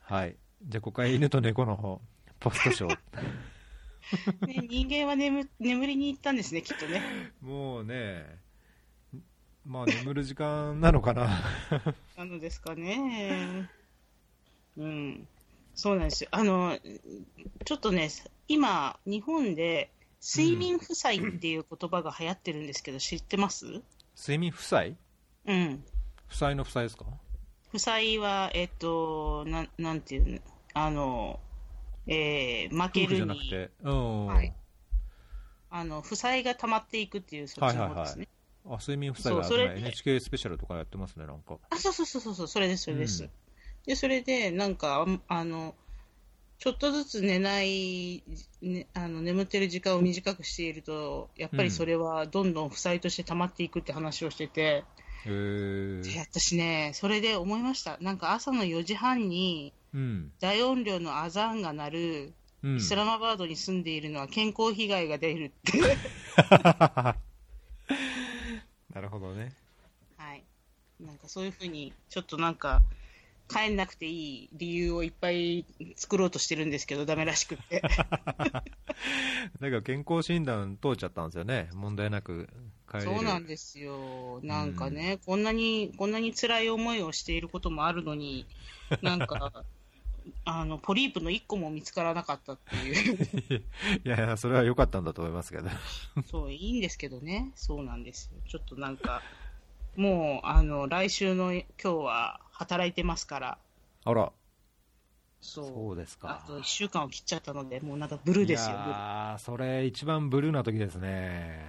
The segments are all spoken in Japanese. はい。じゃあ、ここから犬と猫のポストショー。ね、人間は眠眠りに行ったんですね、きっとね。 もうね、まあ、眠る時間なのかな。なのですかね。うん。そうなんですよ。あの、ちょっとね、今、日本で、睡眠負債っていう言葉が流行ってるんですけど、知ってます 睡眠負債うん。負債の負債ですか負債は、えっと、なん、なんていうの、あの、えー負夫け婦じるゃなくに、て。うん。はいあの、負債が溜まっていくっていう、そっちの方ですね。あ、睡眠負債がそうそれね NHK スペシャルとかやってますね、なんか。あ、そうそうそうそうそう、それです、それです。うんで、それで、なんか、あんあの、ちょっとずつ寝ない、ね、あの眠ってる時間を短くしていると、やっぱりそれはどんどん負債として溜まっていくって話をしてて、へーで私ね、それで思いました。なんか朝の4時半にうん。大音量のアザーンが鳴る、うん。イスラマバードに住んでいるのは健康被害が出るって。 なるほどね。はい。なんかそういうふうに、ちょっとなんか、帰んなくていい理由をいっぱい作ろうとしてるんですけど、ダメらし くって。だから健康診断通っちゃったんですよね。問題なく帰れる。そうなんですよ。なんかね、こんなに、こんなに辛い思いをしていることもある のに、なんか、あの、ポリープの1個も見つからなかったって いう。いやいや、それは良かったんだと思いますけど。そう、いいんですけどね。そうなんですよ。ちょっとなんか、もう、あの、来週の今日は働いてますから、あら、そう。そうですか。あと1週間を切っちゃったので、もうなんかブルーですよ、いブルーやーそれ一番ブルーな時ですね。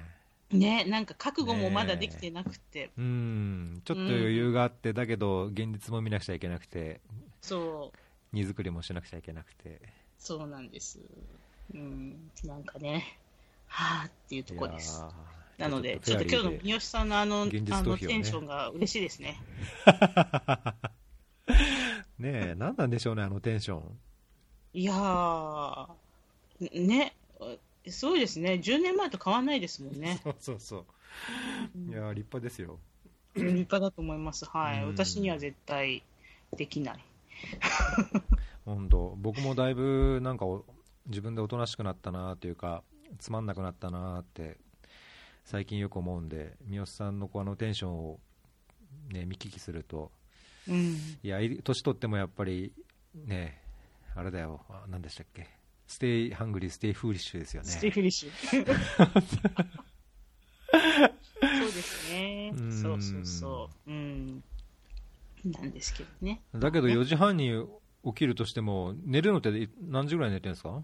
ね、なんか覚悟もまだできてなくて、うん、ちょっと余裕があって、だけど現実も見なくちゃいけなくて、そう、荷造りもしなくちゃいけなくて。そうなんです。うん、なんかね、はあっていうとこです。なので、ちょっと今日のの三好さんのあの、現実あの逃避をねテンションが嬉しいですね。ねえ、何なんでしょうね、あのテンション。。いやー、ね、すごいですね。10年前と変わらないですもんねそうそうそう。いやー立派ですよ。立派だと思います。はうい。ん私には絶対できない。本当僕もだいぶなんかお自分でおとなしくなったなというかつまんなくなったなって最近よく思うんで三好さんのこうあのテンションを、ね、見聞きするとうん。いやい年取ってもやっぱりねあれだよあ何でしたっけステイハングリーステイフーリッシュですよねスティフィリッ シュ。そうですねう。んそうそうそう。うん。なんですけどね。だけど4時半に起きるとしても寝るのってい何時ぐらい寝てるんですか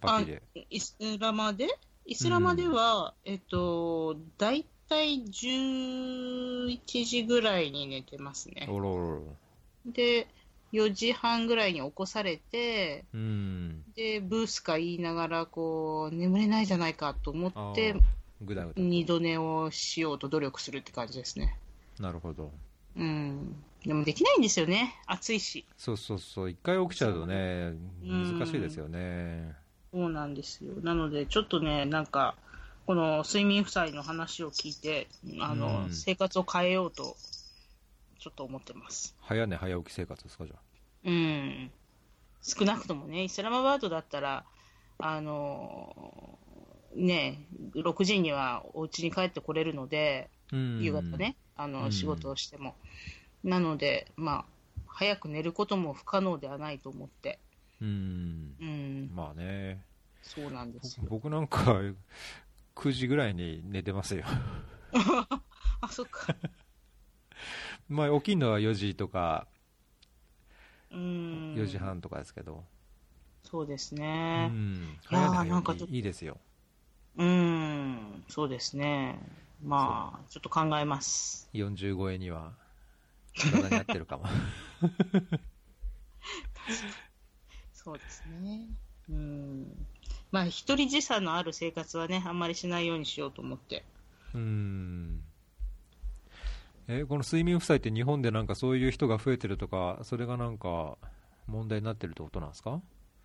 パッキーでイスラマでイスラマでは、えっと、大体11時ぐらいに寝てますね。おろおろおろで、4時半ぐらいに起こされて、うんで、ブースか言いながら、こう、眠れないじゃないかと思あってー、ぐだぐだ二度寝をしようと努力するって感じですね。なるほどうん。でもできないんですよね。暑いし。そうそうそう、一回起きちゃうとね、うん難しいですよね。そうなんですよ。なので、ちょっとね、なんか、この睡眠負債の話を聞いて、あの、うん生活を変えようと、ちょっと思ってます。早寝早起き生活ですか、じゃうん。少なくともね、イスラマバードだったら、あの、ね、6時にはお家に帰ってこれるので、あ。うん夕方ね、あの、うん仕事をしても。なので、まあ、早く寝ることも不可能ではないと思って、うん。うん、まあね、そうなんですよ。僕なんか、9時ぐらいに寝てますよ。あ、そっ か。まあ、起きるのは4時とか、うん。 4時半とかですけど。そうですうね。ん。いやー早寝なんか早ちょ起っきいいですよ。うん、そうですね。まあ、ちょっと考えます。 40超えには、体に合ってる かも。そうですね。うん。まあ、一人時差のある生活はね、あんまりしないようにしようと思って。うん。え、この睡眠負債って日本でなんかそういう人が増えてるとか、それがなんか問題になってるってことなんですか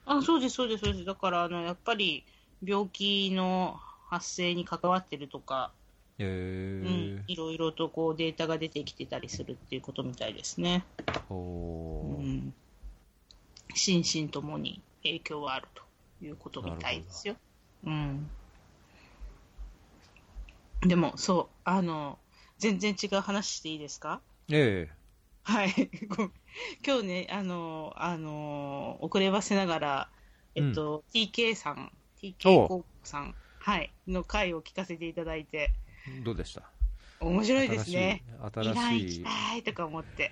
あ、そうです、そうです、そうです。だから、あの、やっぱり、病気の発生に関わってるとか、うえーん、いろいろとこうデータが出てきてたりするっていうことみたいですね。おうーん。心身ともに影響はあるということみたいですよ。うん、でも、そう、あの、全然違う話していいですか えはい、ごめん今日ね、あの、あの、遅ればせながら、えっと、TK さん、TK お高さん、はい、の回を聞かせていただいて、えどうでした面白いですね。新イラしいン行新しきいたいとか思って。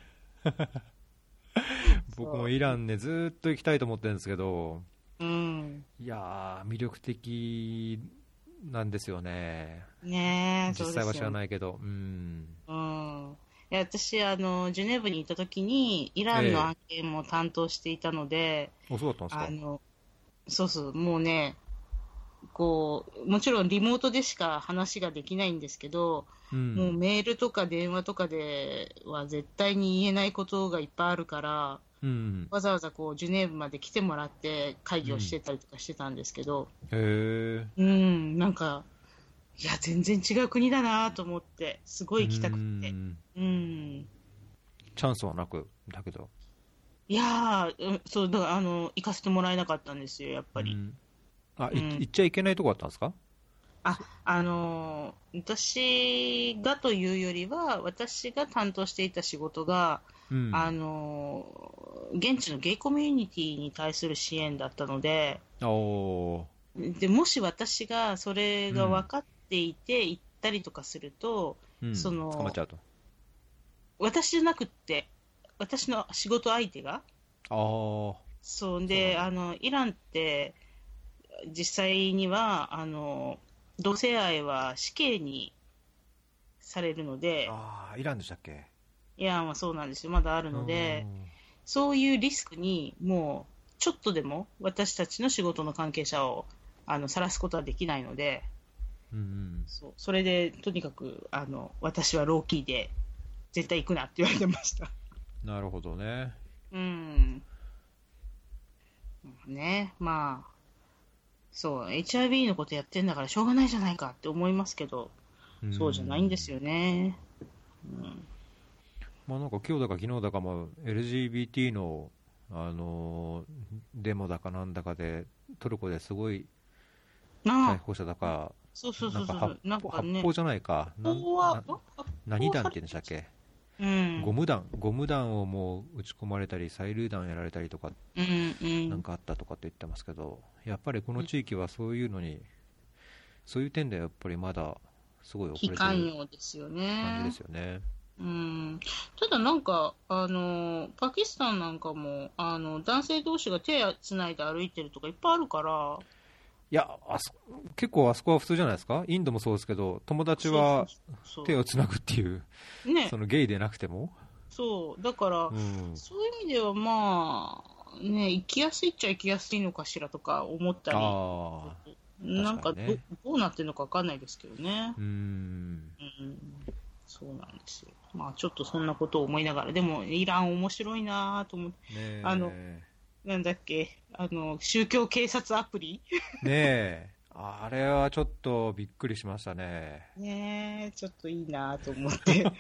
僕もイランねずーっと行きたいと思ってるんですけどうん。いやー魅力的なんですよねねえ、そう実です際よはね知らないけどうんうん。いや私あの、ジュネーブに行った時に、イランの案件も担当していたので、おそうだったあんですのそうそう、もうね、こう、もちろんリモートでしか話ができないんですけど、かうんもうメールとか電話とかでは絶対に言えないことがいっぱいあるから、うんわざわざこうジュネーブまで来てもらって会議をしてたりとかしてたんですけど、へえうん、なんか、いや、全然違う国だなと思って、すごい行きたくて。うんチャンスはなくだけどやっいやー、うんそう、だから、あの、行かせてもらえなかったんですよ、やっぱり。あいうん行っちゃいけないとこあったんですかあ、あのー私がというよりは、私が担当していた仕事が、うんあのー現地のゲイコミュニティに対する支援だったので、おで、もし私がそれが分かっていて、行ったりとかすると、ーうんその捕まっちゃうと私じゃなくって、私の仕事相手が、あそうそうで、なあのイランって実際にはあの同性愛は死刑にされるのでー、あーイランでしたっけイランはそうなんですよ、まだあるので、そういうリスクにもうちょっとでも私たちの仕事の関係者をあの晒すことはできないので、うんうんそうそれでとにかくあの私はローキーで絶対行くなって言われてました。なるほどねうん。ね、まあ、そう、HIV のことやってんだからしょうがないじゃないかって思いますけど、んそうじゃないんですよね。うん、まあ、なんか今日だか昨日だかも LGBT の、あのーデモだかなんだかでトルコですごいなあ、逮捕者だかそうそうなそんうかそう発、なん砲かね、発砲じゃないかなんここはな、何弾って言うんでしたっけ、うん、ゴム弾ゴム弾をもう打ち込まれたり催涙弾やられたりとかうん、うなんん、かあったとかって言ってますけどやっぱりこの地域はそういうのにそういう点ではやっぱりまだすごい遅非れてる寛感容ですよじでねす。よね。うん、ただなんか、あの、パキスタンなんかも、あの、男性同士が手つないで歩いてるとかいっぱいあるから、いやあそ結構あそこは普通じゃないですかインドもそうですけど友達はそうそうそう手をつなぐっていうねそ、のゲイでなくても、そう、だから、うん、そういう意味ではまあ、ね、行きやすいっちゃ行きやすいのかしらとか思ったり、ああなん確かかどにねどうなってるのか分かんないですけどねう、ーんうん、そうなんですよ、まあ、ちょっとそんなことを思いながら、でもイラン、面白いなと思って、ねえあのねなんだっけ、あの宗教警察アプリ、えあれはちょっとびっくりしましたねねえちょっといいなと 思って、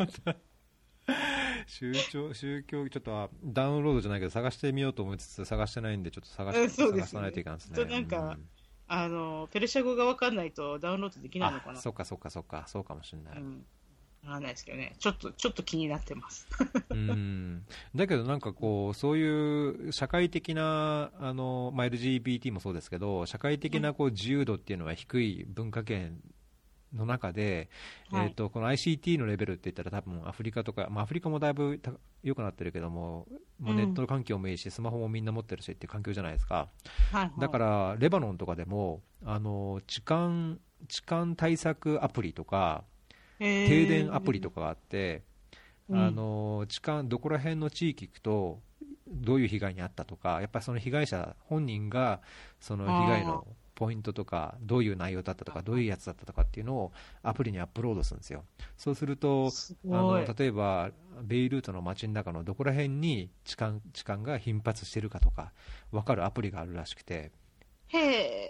宗教宗教ちょっとあダウンロードじゃないけど探してみようと思いつつ探してないんでちょっと探し、うんそうで探すねさないといけないですねちょっとなんかあのペルシャ語が分かんないとダウンロードできうんないのかあな。そっかそっかそっかそうかもしれない、うん分かんないですけどね、ちょっと、ちょっと気になってます。うん、だけどなんかこうそういう社会的なあの、まあ、LGBT もそうですけど社会的なこう自由度っていうのは低い文化圏の中で、はいえー、とこの ICT のレベルって言ったら多分アフリカとか、まあ、アフリカもだいぶた良くなってるけども、もううんネットの環境もいいし、スマホもみんな持ってるしっていう環境じゃないですかはいはいだからレバノンとかでもあの痴漢痴漢対策アプリとか停停電アプリとかがあって、あの痴漢どこら辺の地域行くとどういう被害に遭ったとかやっぱりその被害者本人がその被害のポイントとかどういう内容だったとかどういうやつだったとかっていうのをアプリにアップロードするんですよそうするとすあごのい。例えばベイルートの街の中のどこら辺に痴漢痴漢が頻発してるかとか分かるアプリがあるらしくてへへ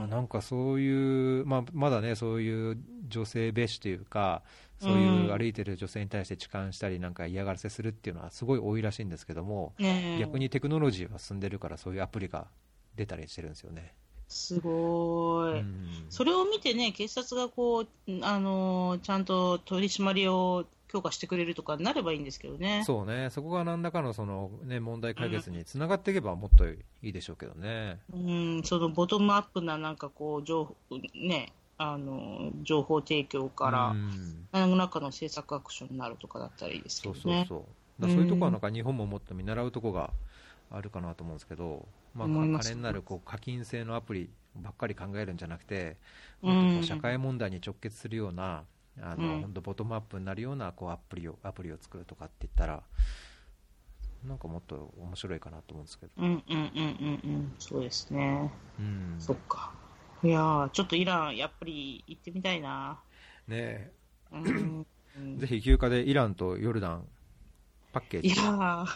あーーなんかそういう、まあ、まだね、そういう女性蔑視というか、そういううん歩いてる女性に対して痴漢したり、なんか嫌がらせするっていうのはすごい多いらしいんですけども、ええ逆にテクノロジーが進んでるから、そういうアプリが出たりしてるんですよね。すごい、うんそれを見てね、警察がこう、あのーちゃんと取り締まりを強化してくれるとかになればいいんですけどね。そうね、そこが何らかのその、ね、問題解決につながっていけば、もっといいでしょうけどね。うん、そのボトムアップななんかこう情報ねあの情報提供から、うん何らかの政策アクションになるとかだったらいいですけそどうね。そうそう、だからそういうところはなんか日本ももっと見習うところがあるかなと思うんですけど、まあ、思いまかす金になるこう課金制のアプリばっかり考えるんじゃなくて、うんもっとこう社会問題に直結するような、あのうん本当、ボトムアップになるようなこうアプリをアプリを作るとかって言ったら、なんかもっと面白いかなと思うんですけど、うんうんうんうんうん、そうですね。うんそっか。いやー、ちょっとイラン、やっぱり行ってみたいな。ね うん、えぜひ休暇でイランとヨルダン、パッケーいジや、ー、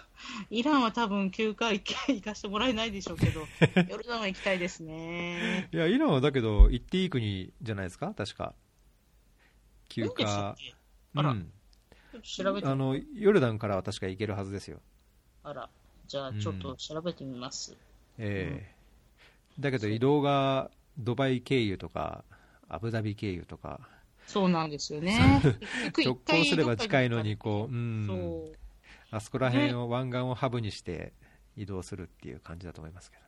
イランは多分休暇行け行かしてもらえないでしょうけ ど、ヨルダンは行きたいですね。いや、イランはだけど、行っていい国じゃないですか、確か。いい休んでしたっ暇けあら調べてあのヨルダンからは確か行けるはずですよ、あら、じゃあちょっと調べてみます。ええだけど移動がドバイ経由とかアブダビ経由とかそうなんですよね。直行すれば近いのにこう、うう。ん、そうあそこら辺を湾岸をハブにして移動するっていう感じだと思いますけど、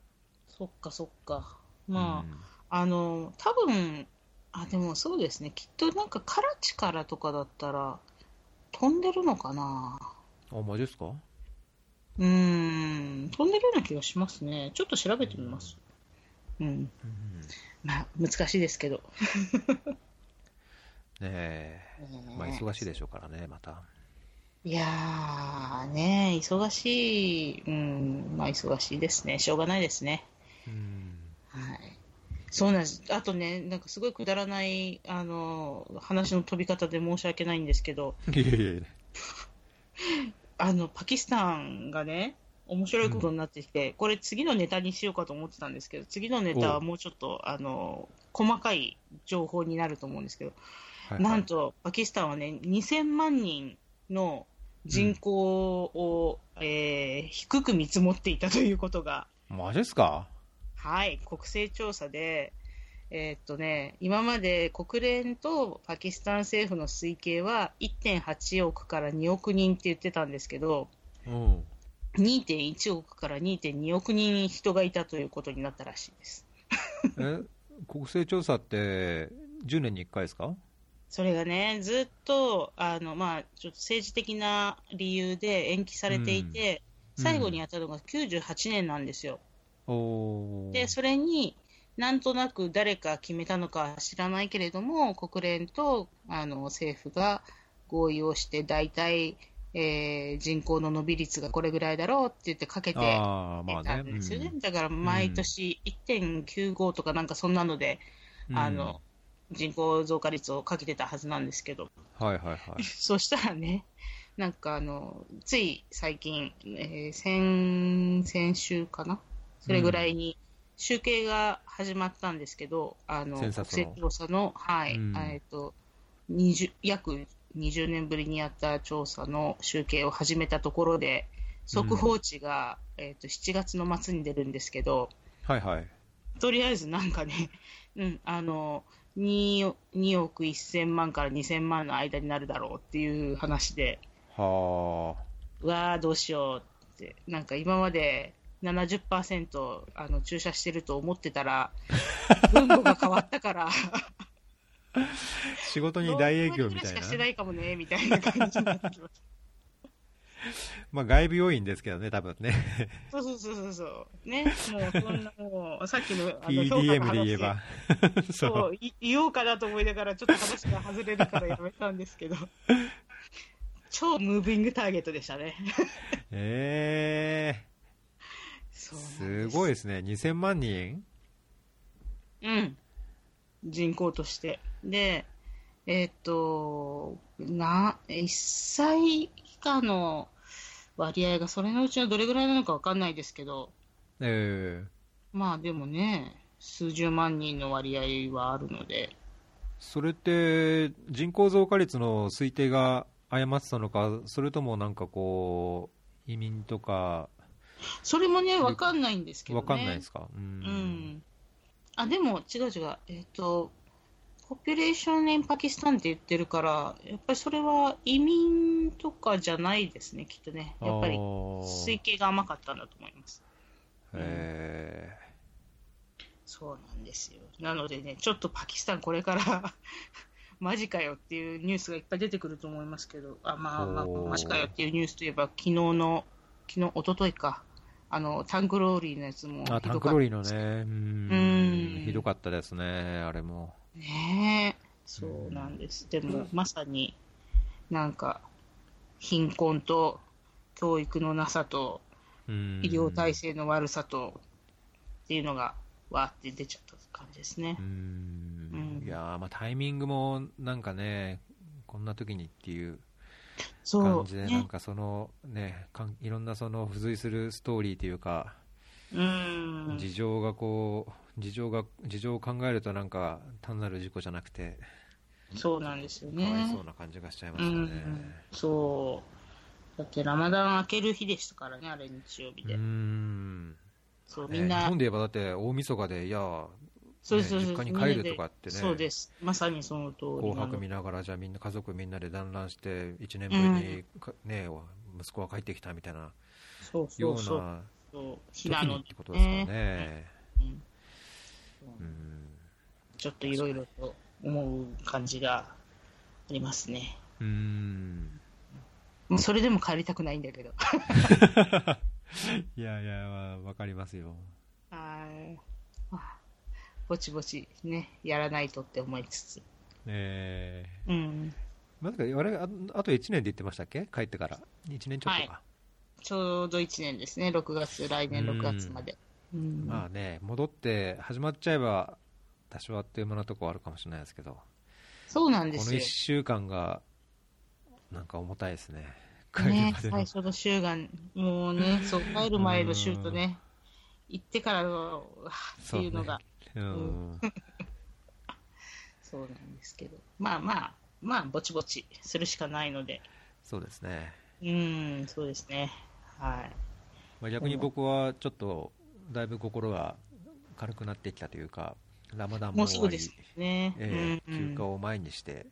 そっかそっか。まうんあ、あの、多分あ、でもそうですね。きっとなんかカラチからとかだったら飛んでるのかな。あマジですかうーん、飛んでるような気がしますね。ちょっと調べてみます。うん。うんねまあ、難しいですけど。えまあ、忙しいでしょうからねまたいやー、ね忙しい。うん、まあ、忙しいですね。しょうがないですね。うんはい。そうなんです。あとね、なんかすごいくだらない、あの、話の飛び方で申し訳ないんですけど、いやいやいやあの、パキスタンがね、面白いことになってきて、これ次のネタにしようかと思ってたんですけど、次のネタおはうもうちょっと、あの、細かい情報になると思うんですけど、はいはいなんと、パキスタンはね、2000万人の人口を、えー低く見積もっていたということが、マジですかはい、国勢調査で、えーっとね、今まで国連とパキスタン政府の推計は1.8億から2億人って言ってたんですけど、うん2.1億から2.2億人人がいたということになったらしいです。え国勢調査って10年に1回ですかそれがね、ずっとあの、まあ、ちょっと政治的な理由で延期されていて、うん最後にやったのが98年なんですよ。おーでそれになんとなく誰か決めたのかは知らないけれども国連とあの政府が合意をして大体、えー人口の伸び率がこれぐらいだろうって言ってかけてああ、まあたねん。ですよね、うんだから毎年1.95とかなんかそんなので、あの、人口増加率をかけてたはずなんですけどうんはいはいはい。 そしたらね、なんかあの、つい最近、えー先、先週かなそれぐらいに集計が始まったんですけど、あの、セン国サスの勢調査の、はい、うんえっと、20約20年ぶりにやった調査の集計を始めたところで、速報値が、えっと、7月の末に出るんですけど、はいはい。 とりあえずなんかね、 うん、あの、2, 2億1000万から2000万の間になるだろうっていう話で、はあ。うわー、どうしようって、なんか今まで70%あの注射してると思って たら、分母が変わったから、仕事に大営業みたどうもこれいぐらしかなして。ないかもね、みたいな感じになってきました。まあ外部要員ですけどね、多分ね。そうそうそうそうそう。ね、もうそんなもう、さっきのあの評価の PDM 話で言えば。 そ。そうう、い言おうかなと思いながら、ちょっと話が外れるからやめたんですけ ど、超ムービングターゲットでしたね。ええそうなんすですごいですね。2000万人うん、人口として。で、えーっと、な、1歳以下の割合がそれのうちのどれぐらいなのかわかんないですけど、えまあでもね、数十万人の割合はあるので、それって人口増加率の推定が誤ってたのか、それともなんかこう、移民とか、それもね、わかんないんですけどね。わかんないですか、ううんん。あ、でも、違う違う。えっ、と、ポピュレーション in パキスタンって言ってるから、やっぱりそれは移民とかじゃないですね、きっとね。やっぱありー推計が甘かったんだと思います。えそうなんですよ。なのでね、ちょっとパキスタンこれから、 マジかよっていうニュースがいっぱい出てくると思いますけど、あまあ、まあ、おーマジかよっていうニュースといえば、昨日の、昨日、一昨日か、あの、タンクローリーのやつもひーあタンどかクローったでリーのすね、うんうんひどかったですね、あれも。ねえ、そうなんです。でも、まさになんか、貧困と教育のなさと、うん医療体制の悪さと、っていうのが、わーって出ちゃった感じですねう。んうんいやーまあ、タイミングもなんかね、こんな時にっていうそ感う。じで、なんね、かそのね、かんいろんなその付随するストーリーというか、うん。事情がこう、事情が、事情を考えるとなんか単なる事故じゃなくて、そうなんですよかわいねそ。うな感じがしちゃいまうしたんね。。そう。だって、ラマダン明ける日でしたからね、あれ日曜日うで。んそう、ねみん日な本、で言えばだって大晦日で、いや、そうそうそう。ね実み家んにな帰でるとかってねそうです。まさにその通り紅なの白見ながら、じゃあみんな家族みんなで団らんして、1年ぶりにか、ね、息子が帰ってきたみたいなそうそよううそう。なそう時日なにのってことですかね。うんうんちょっといろいろと思う感じがありますね。うんもうそれでも帰りたくないんだけど。いやいや、わわかりますよ。はいまあぼちぼちね、やらないとって思いつつ。ええうん。まさか、あれ、ああと1年で言ってましたっけ帰ってから。1年ちょっとか。ちょうど1年ですね、6月、来年6月まで。うんまあね、戻って始まっちゃえば、多少あっという間なとこはあるかもしれないですけど、こそうなんでのすよ1。週間が、なんか重たいですね。帰るね、までの最初の週が、もうね、そう、帰る前の週とね、行ってからの、うわっていうのそが、うねうん、そうなんですけど、まあまあ、まあ、ぼちぼちするしかないので、そうですね、うん、そうですね。はい。まあ、逆に僕はちょっとだいぶ心が軽くなってきたというか、ラマダンももうす終ぐわでり、すね。ええうんうん休暇を前にして、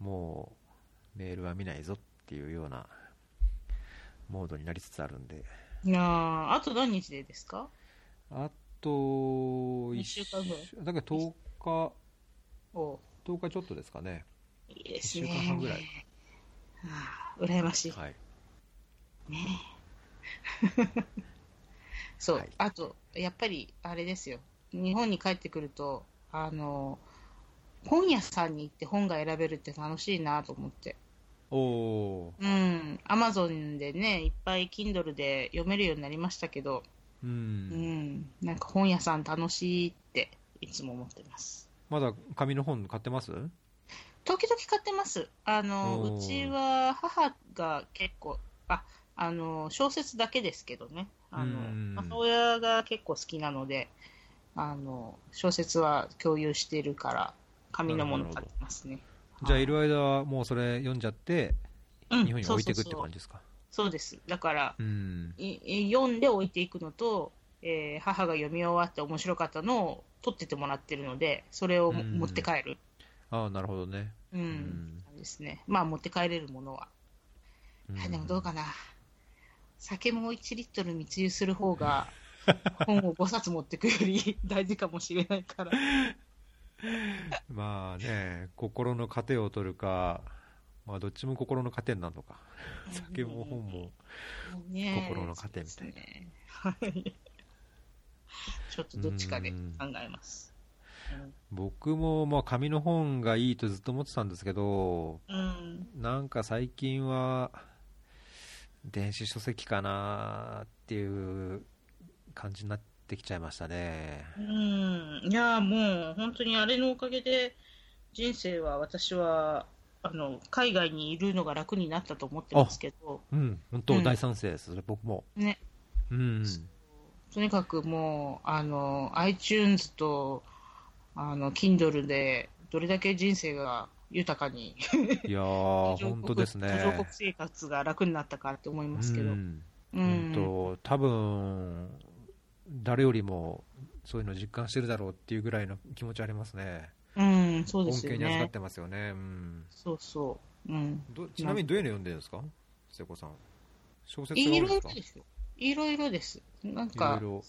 もうメールは見ないぞっていうようなモードになりつつあるんで、いやーあと何日でですかあと一週間ぐらいだから10日、お10日ちょっとですかね、いいです一ね。週間半ぐらいあー羨ましい。はい、そう、はいあと、やっぱり、あれですよ。日本に帰ってくると、あの、本屋さんに行って本が選べるって楽しいなと思って。おおうん。アマゾンでね、いっぱい Kindle で読めるようになりましたけど、ー、う、うんん。なんか本屋さん楽しいって、いつも思ってます。まだ紙の本買ってます時々買ってます。あの、おーうちは母が結構、あ、あの、小説だけですけどね。あのうん、母親が結構好きなので、あの、小説は共有してるから、紙のもの買ってますね。じゃあいる間はもうそれ読んじゃって、うん日本に置いていくってそうそう感じですか。そうそうです。だから、うん。い読んで置いていくのと、えー母が読み終わって面白かったのを取っててもらってるので、それをもうん持って帰る。ああ、なるほどね。うん。んなんですね。まあ、持って帰れるものは。んはい、でもどうかな。酒も1リットル密輸する 方が、本を5冊持ってくより 大事かもしれないから。まあね、心の糧を取るか、まあどっちも心の糧になるのか。酒も本も。ねえ心の糧みたいなそうですねはい。ちょっとどっちかで考えます。僕もまあ紙の本がいいとずっと思ってたんですけど、うん。うんなんか最近は、電子書籍かなっていう感じになってきちゃいましたね。うん、いやーもう本当にあれのおかげで人生は私はあの海外にいるのが楽になったと思ってますけど、うん、本う当ん大賛成です、それ僕も。ねうん。とにかくもう、あの、iTunes と、あの、Kindle で、どれだけ人生が豊かに、いや ー、本当です途上ね国。生活が楽になったかって思いますけど。ううん。んうんと多分誰よりもそういうの実感してるだろうっていうぐらいの気持ちありますね、うん、そうで恩すよ恵に預かっね。てますよね、うん、そうそう。うん。どちなみにどういうの読んでるんですか、瀬子さん、小説が多いいんろでいすろか、ですよ。いろいろです。なんいろかい、ろ、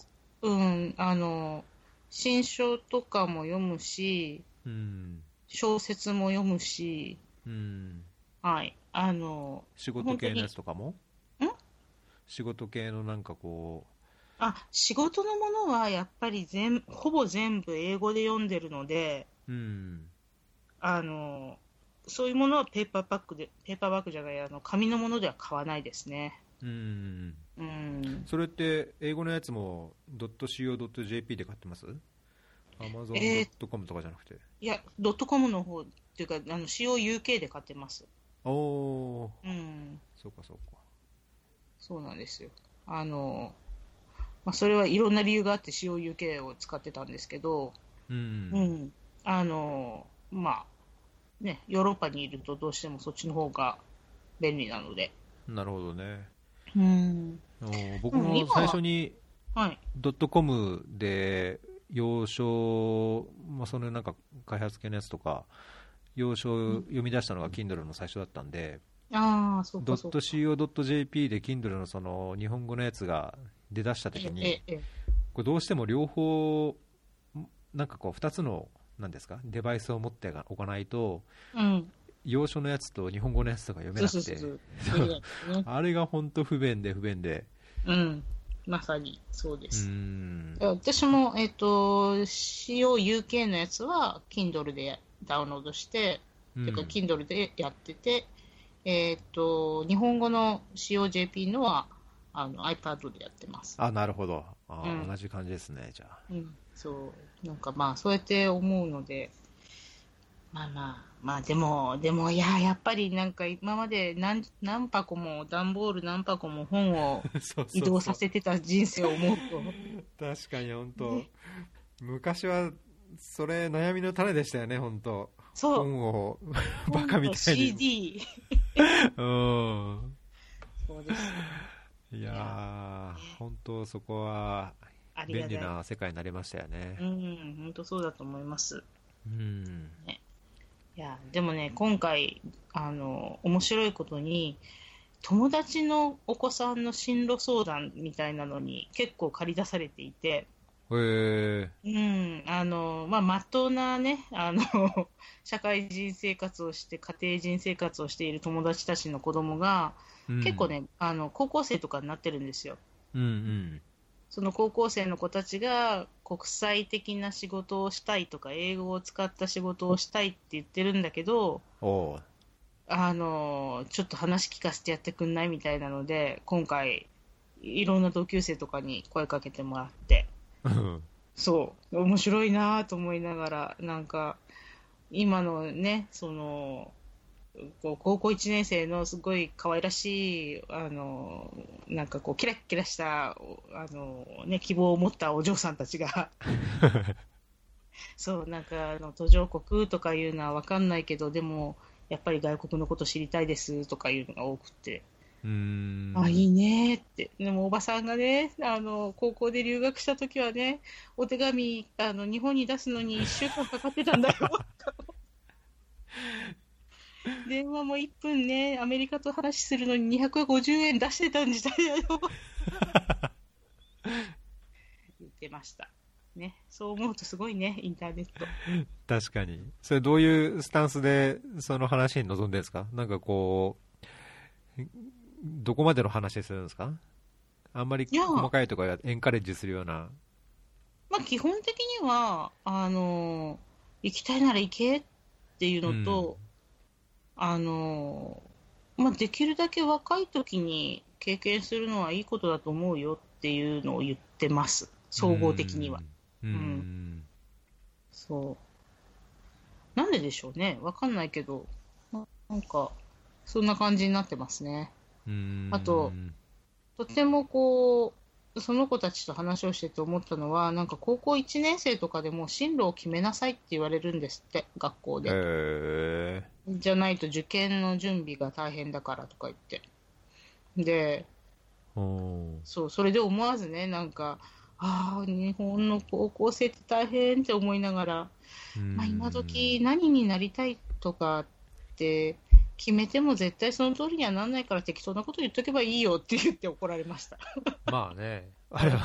うん、あの、新書とかも読むし、うん小説も読むし、うん、はい。あの、仕事系のやつとかも本当にん仕事系のなんかこあ、仕事のものはやっぱり全、ほぼ全部英語で読んでるので、う、うん、あの、そういうものはペーパーパックで、ペーパーバックじゃない、あの、紙のものでは買わないですね。うん、うん。それって英語のやつも .co.jp で買ってますえー ?Amazon.com とかじゃなくて、いや、ドットコムの方っていうか、あの、COUK で買ってます。おおうん。そうかそうかそうなんですよ。あの、まあ、それはいろんな理由があって COUK を使ってたんですけど、うんうん。あの、まあ、ね、ヨーロッパにいるとどうしてもそっちの方が便利なので。なるほどねうん。あの僕うんも今は最初にはい。ドットコムで要所、まあ、そのなんか開発系のやつとか要所を読み出したのが Kindle の最初だったんで、ああ、そうドかそうッかト。.co.jp で Kindle のその日本語のやつが出だしたえ時えに、ええこれどうしても両方なんかこう2つのなんですかデバイスを持っておかないとうん。要所のやつと日本語のやつとか読めそうなそうくそうてそう。そうそうだねあれが本当不便で不便でうん。まさに、そうでうす。ん私も、えっ、と、COUK のやつは、Kindle でダウンロードして、うんてか Kindle でやってて、えっ、と、日本語の COJP のは、あの、iPad でやってます。あなるほどあー、うん同じ感じですねじゃあうん、そう、なんかまあ、そうやって思うので、まあまあ、まあでも、でも、いや、やっぱりなんか今まで何何箱も、段ボール何箱も本を そう移動させてた人生を思うと、確かに本当昔はそれ悩みの種でしたよね本当そう、本をバ本カみとたいに CD、 うんそうです、いやー本当そこはあり便がた利い。な世界になりましたようねん、本当そうだと思います。うんいや、でもね、今回、あの、面白いことに、友達のお子さんの進路相談みたいなのに結構借り出されていて、へえうん、あの、まあ、まっとうなね、あの、 社会人生活をして、家庭人生活をしている友達たちの子供が、うん結構ね、あの、高校生とかになってるんですよ。うんその高校生の子たちが国際的な仕事をしたいとか、英語を使った仕事をしたいって言ってるんだけど、うんおうあの、ちょっと話聞かせてやってくんないみたいなので、今回、いろんな同級生とかに声かけてもらって、うんそう、面白いなぁと思いながら、なんか、今のね、その、こう高校1年生のすごい可愛らしい、あの、なんかこう、キラッキラした、おあの、ね、希望を持ったお嬢さんたちが、そう、なんか、あの途上国とかいうのはわかんないけど、でも、やっぱり外国のこと知りたいですとかいうのが多くて、うんあ、いいねって。でも、おばさんがね、あの、高校で留学した時はね、お手紙、あの、日本に出すのに1週間かかって たんだよ。電話も1分ね、アメリカと話するのに250円出してたん時代だよ。 言ってました。ね、そう思うとすごいね、インターネット。確かに。それどういうスタンスでその話に臨んでるんですかなんかこう、どこまでの話するんですかあんまりいや細かいとかやエンカレッジするような。まあ、基本的には、あの、行きたいなら行けっていうのと、あの、まあ、できるだけ若い時に経験するのはいいことだと思うよっていうのを言ってます。総合的には。。うん。そう。なんででしょうね。わかんないけど、ななんか、そんな感じになってますね。うんあと、とてもこう、その子たちと話をしてて思ったのは、なんか高校1年生とかでもう進路を決めなさいって言われるんですって、学校で。えじゃないと受験の準備が大変だからとか言って。で、ー、うんそう、それで思わずね、なんか、ああ、日本の高校生って大変って思いながら、うんまあ、今時何になりたいとかって決めても絶対その通りにはならないから適当なこと言っとけばいいよって言って怒られました。まあね、あれは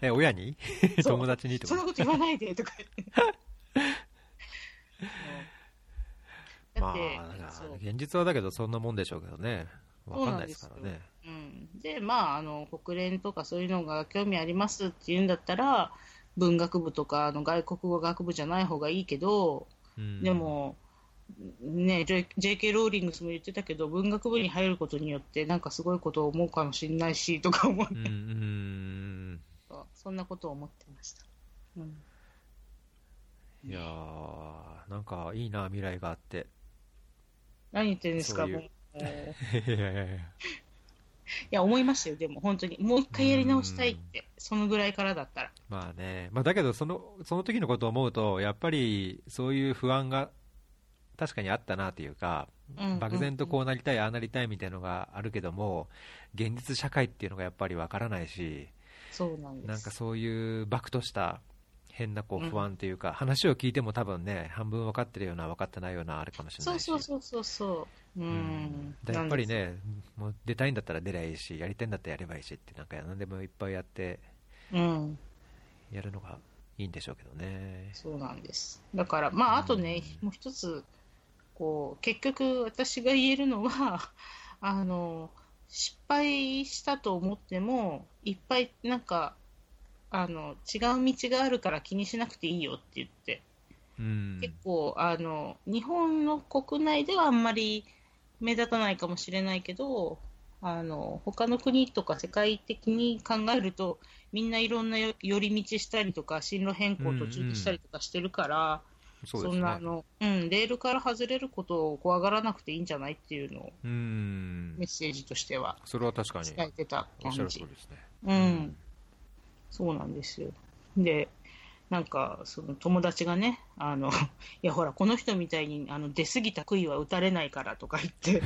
え、親にそう友達にってそこんなとこと言わないでとか 言って。まそうだっあて、なんかそう現実はだけどそんなもんでしょうけどね。わかんないですからね。うん、で、まあ、あの国連とかそういうのが興味ありますって言うんだったら、文学部とかあの外国語学部じゃない方がいいけど、うんで、も、ね、J- JK ローリングスも言ってたけど、文学部に入ることによって、なんかすごいことを思うかもしれないしとか思っうん、うん。た、そんなことを思ってました。うんいやー、なんかいいな、未来があって。 何言ってるんですか、そういうもうもういやいやいやいや、思いましたよ、でも、本当に。もう一回やり直したいって、そのぐらいからだったら。まあね、まあ、だけどその、その時のことを思うと、やっぱりそういう不安が確かにあったなというか、うん漠然とこうなりたい、ああなりたいみたいなのがあるけども、現実社会っていうのがやっぱりわからないし、そうなんです。なんかそういうバクとした変なこううん不安というか、話を聞いても多分ね、半分分かってるような、分かってないような、あるかもしれそなういし。そうそうそうそう。ううんん。だからやっぱりね、もう出たいんだったら出りゃいいし、やりたいんだったらやればいいしって、なんか何でもいっぱいやって、なんです。やるのがいいんでしょうけどねうん、。そうなんです。だから、まあ、あとね、もう一つ、こう、結局、私が言えるのは、 あの、失敗したと思っても、いっぱい、なんか、あの、違う道があるから気にしなくていいよって言って、うん。結構あの日本の国内ではあんまり目立たないかもしれないけどあの他の国とか世界的に考えるとみんないろんなよ寄り道したりとか進路変更途中にしたりとかしてるから、そうそですんなねあ。の、うん、レールから外れることを怖がらなくていいんじゃないっていうのをうんメッ。セージとしてはそれは確かに。伝えてたおっ感しじ。ゃる通りですね。うんそうなんですよ。で、なんか、その友達がね、あの、い やほら、この人みたいにあの出過ぎた杭は打たれないからとか言 って、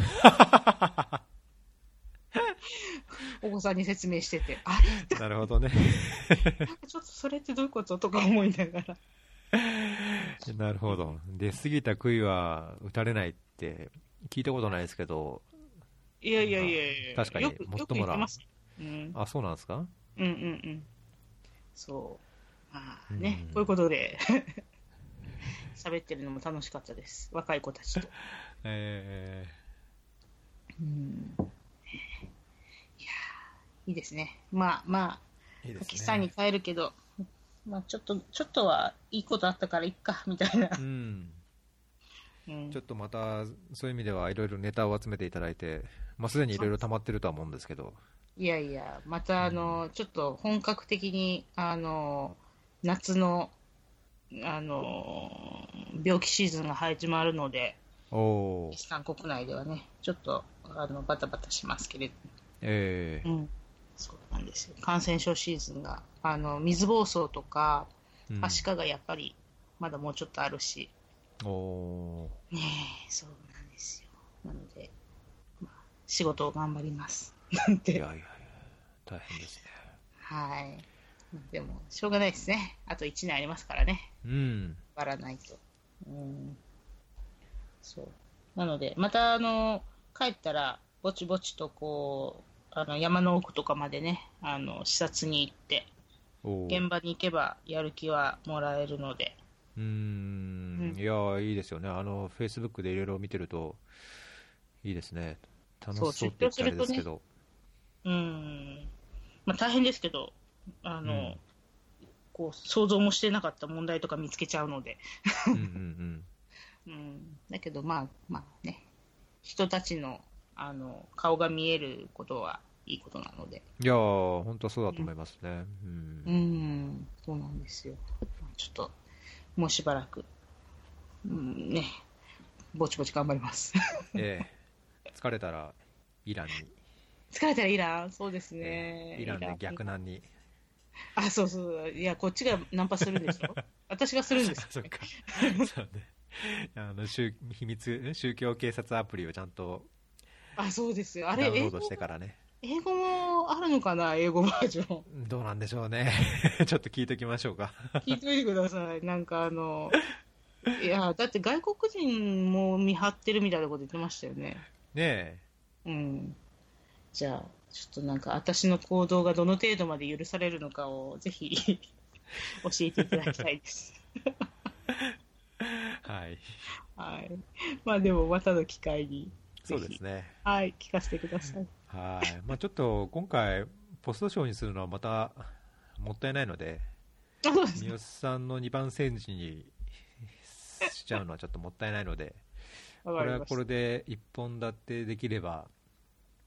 お子さんに説明してて、あれなるほどね。 なんかちょっとそれってどういうこととか思いながら。なるほど。出過ぎた杭は打たれないって聞いたことないですけど、いやいやいやいや、確かによく、もよっくとも言だってます。うん、あ、そうなんですかうんうんうん。そう。まあね、うんこういうことで、 喋ってるのも楽しかったです。若い子たちと。えうんいやーいいですね。まあまえいいあ、でパキスすタンにね。帰るけど、まあちょっと、ちょっとはいいことあったからいっか、みた いな。うん。うんちょっとまた、そういう意味ではいろいろネタを集めていただいて、まあ、すでにいろいろ溜まってるとは思うんですけど、いやいや、またあの、ちょっと本格的に、あの、夏の、あの、病気シーズンが始まるので、おパーキスタン国内ではね、ちょっと、あの、バタバタしますけれどええうん、そうなんですよ感染症シーズンがあの水疱瘡とかうんアシカがやっぱりまだもうちょっとあるし、おーねえそうなんですよなので、まあ、仕事を頑張りますないんやいてやいや、大変ですね。はいでもしょうがないですねあと1年ありますからねうん。割らないとうんそうなのでまたあの帰ったらぼちぼちとこうあの山の奥とかまでねあの視察に行っておー現場に行けばやる気はもらえるので、うーんうんいやーいいですよね、あのフェイスブックでいろいろ見てると、いいですね、楽しそうって言ったらあれですけど、うん、まあ、大変ですけど、あの、うんこう想像もしてなかった問題とか見つけちゃうので、うんうんうんうん、だけど、まあ、まあね、人たちのあの顔が見えることはいいことなので、いやー、本当そうだと思いますね、うんうん、そうなんですよ。まあちょっと、もうしばらく、うん、ね、ぼちぼち頑張ります。 ええ疲れたらイランに、疲れたらイラン、そうですね。イランで逆難に。あ、そうそう。いや、こっちがナンパするん でしょ私がするんですよ、そっか。 そうね。あの、宗秘密、宗教警察アプリをちゃんとあ、そうですよ。あダウンれ、ロ英ード語してからね。英語もあるのかな英語バージ ョン。どうなんでしょうね。 ちょっと聞いておきましょうか。聞いてみてください。なんかあの、いや、だって外国人も見張ってるみたいなこと言ってましたよね。ねうん。じゃあ、ちょっとなんか私の行動がどの程度まで許されるのかをぜひ 教えていただきたいです。え。はい。はい。まあでもまたの機会に、そうですね。はい、聞かせてください。はい。まあちょっと今回、ポストショーにするのはまた、もったいないので、あ、そうです三ね。好さんの2番センチにしちゃうのはちょっともったいないので、わこかれりはまこしれた。で一本立てできれば、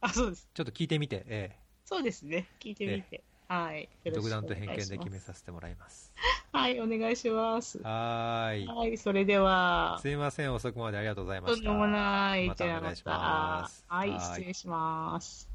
あ、そうです。ちょっと聞いてみて、えそうですね。聞いてみて。はい。え、よろ独しくお断と願い偏しま見すで決めさせてもらいます。はい、お願いします。はーい。はい、それでは。すいません、遅くまでありがとうございまとしんた。でもない。またお願いしますじゃあまたはいは、い失礼します。